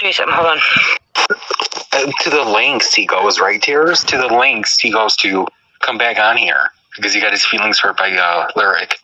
you something. Hold on. Uh, to the lengths he goes, right, Tears? To the lengths he goes to come back on here because he got his feelings hurt by uh, Lyric.